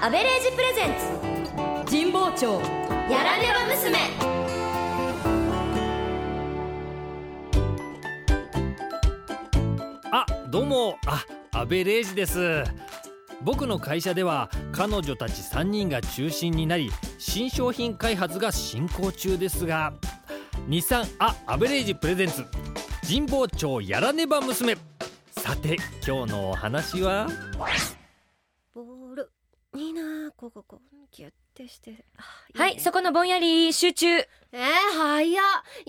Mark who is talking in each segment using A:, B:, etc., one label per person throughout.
A: アベレージプレゼンツ神保町やらねば娘
B: あどうもあ安倍礼二です僕の会社では彼女たち3人が中心になり新商品開発が進行中ですが日産あアベレージプレゼンツ神保町やらねば娘さて今日のお話は
C: ボールいいなあこここうギュッてして
A: はいそこのぼんやり集中
C: えー、早っい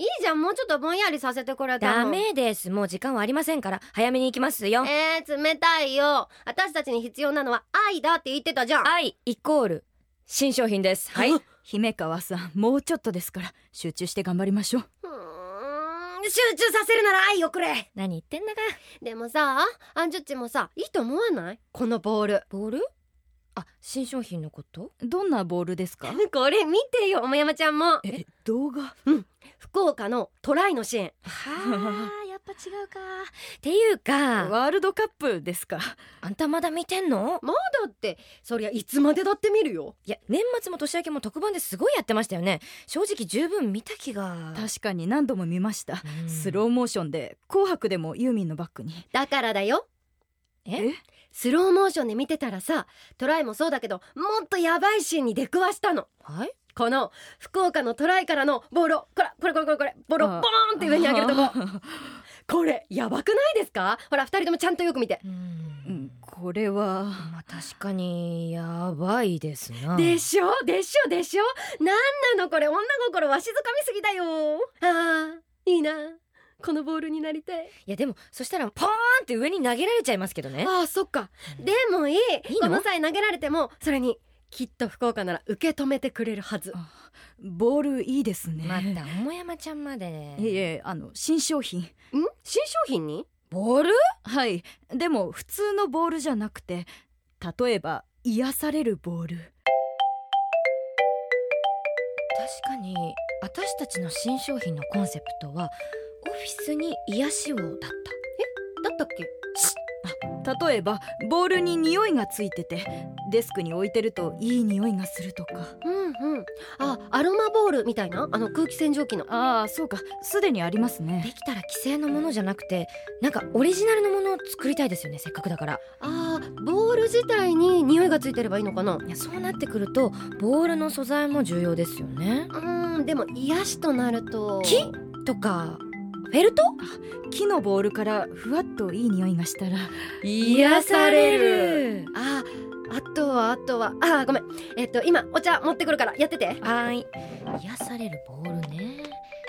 C: いじゃんもうちょっとぼんやりさせてくれた
A: ダ
C: の
A: メですもう時間はありませんから早めに行きますよ
C: えー、冷たいよ私たちに必要なのは愛だって言ってたじゃん
A: 愛イコール新商品ですはい
D: 姫川さんもうちょっとですから集中して頑張りましょう
C: うーん集中させるなら愛をくれ
A: 何言ってんだか
C: でもさアンジュッチもさいいと思わないこのボール
A: ボールあ新商品のこと
D: どんなボールですか
C: これ見てよおもやまちゃんも
D: え動画
C: 福岡のトライのシーン
A: は あやっぱ違うかっていうか
D: ワールドカップですか
A: あんたまだ見てんの
C: まだってそりゃいつまでだって見るよ
A: いや年末も年明けも特番ですごいやってましたよね正直十分見た気が
D: 確かに何度も見ました
A: うん
D: スローモーションで紅白でもユーミンのバックに
C: だからだよ
A: え
C: スローモーションで見てたらさトライもそうだけどもっとやばいシーンに出くわしたの
A: はい
C: この福岡のトライからのボールをこらこれこれこれこれボールをボーン
D: あ
C: って上に上げるとこ
D: う
C: これやばくないですかほら二人ともちゃんとよく見て
A: うん
D: んこれは
A: まあ確かにやばいですな
C: でしょでしょでしょなんなのこれ女心わしづかみすぎだよあーいいなこのボールになりたい
A: いやでもそしたらポーンって上に投げられちゃいますけどね
C: あーそっかでもいい
A: いいの
C: この際投げられてもそれにきっと福岡なら受け止めてくれるはず
D: あボールいいですね
A: また桃山ちゃんまで
D: いえいえあの新商品
C: ん新商品に
A: ボール
D: はいでも普通のボールじゃなくて例えば癒されるボール
A: 確かに私たちの新商品のコンセプトはオフィスに癒しをだった
C: だったっけ
D: 例えばボールに匂いがついててデスクに置いてるといい匂いがするとか
C: うんうんあアロマボールみたいなあの空気洗浄機の
D: ああそうかすでにあります
A: で
D: ね
A: きたら既成のものじゃなくてなんかオリジナルのものを作りたいですよねせっかくだから
C: あーボール自体に匂いがついてればいいのかない
A: やそうなってくるとボールの素材も重要ですよね
C: うーんでも癒しとなると
A: 木とかフェルト
D: 木のボールからふわっといい匂いがしたら
A: 癒
C: されるあーあとはあとはあーごめんえっと今お茶持ってくるからやってて
A: はーい癒されるボールね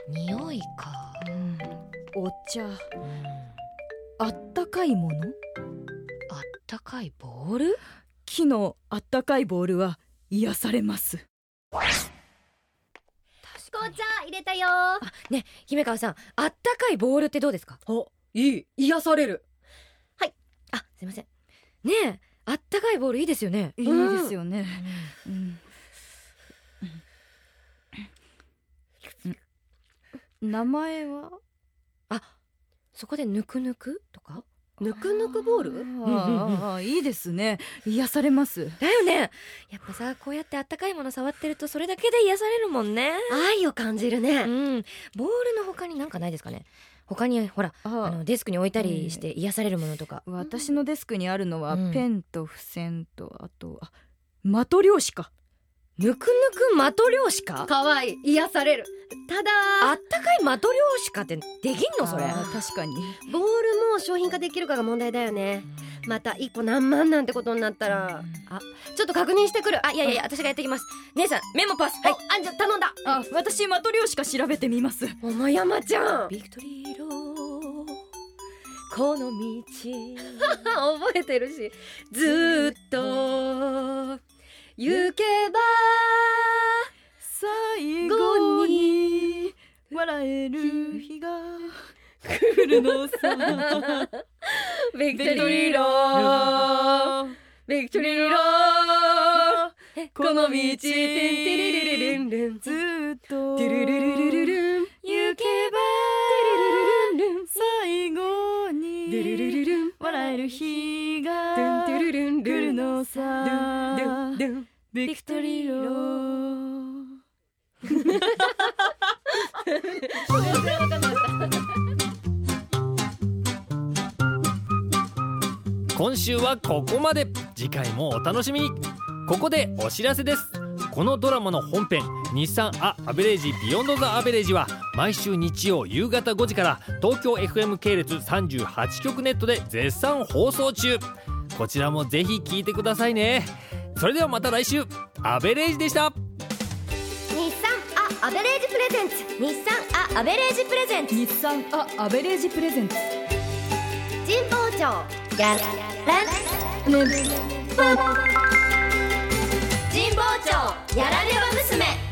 A: 匂いか
D: うんお茶あったかいもの
A: あったかいボール
D: 木のあったかいボールは癒されます
C: 紅茶入れたよ
A: ね姫川さんあったかいボールってどうですか
C: おいい癒される
A: あすいませんねえあったかいボールいいですよね
D: いい
C: うん
D: ですよね、うんうん名前は
A: あそこでぬくぬくとか
C: ぬくぬくボール
D: ああいいですね癒されます
A: だよねやっぱさこうやってあったかいもの触ってるとそれだけで癒されるもんね
C: 愛を感じる
A: う
C: ね
A: んボールの他になんかないですかね他にほら
D: あ
A: あのデスクに置いたりして癒されるものとか
D: 私のデスクにあるのは
A: うん
D: ペンと付箋とあとあ的漁師か
A: ぬくぬく的漁師か
C: 可愛い癒されるた
A: あ
C: だ
A: ったかい的漁師かってできんのそれ
D: あー確かに
C: ボールも商品化できるかが問題だよねまた一個何万なんてことになったらあちょっと確認してくる
A: あいやいやいや私がやってきます姉さんメモパスはい
C: おあんじゃ頼んだ
D: あ私的漁師か調べてみます
C: 桃山ちゃん
A: ビクトリーローこの道
C: 覚えてるしずーっと行けば
D: 最後に笑える日が来るのさ
C: ビ
D: クトリーロ
C: ービクトリーロー
D: この道
C: テンテレレレレンレン
D: ずーっと
C: テレレレレレレン
D: 行けば
C: テレレレレンレン
D: 最後
C: テレレレ
D: に
C: レン
D: 笑笑える日
E: ドゥン
D: が
E: ドゥルルン
D: 来
E: ル
D: る
E: ン
D: の
E: ドゥンドゥン
D: さ
E: ドゥン
D: ビクトリーロー
B: 今週はここまで次回もお楽しみにここでお知らせですこのドラマの本編「日産ア・アベレージ・ビヨンド・ザ・アベレージ」は毎週日曜夕方5時から東京 FM 系列38局ネットで絶賛放送中こちらもぜひ聞いてくださいねそれではまた来週アベレージでした
C: 日産アアベレージプレゼンツ日産アアベレージプレゼンツ
D: 日産あアベレージプレゼンツ
C: 神保町やらね神保町やられば娘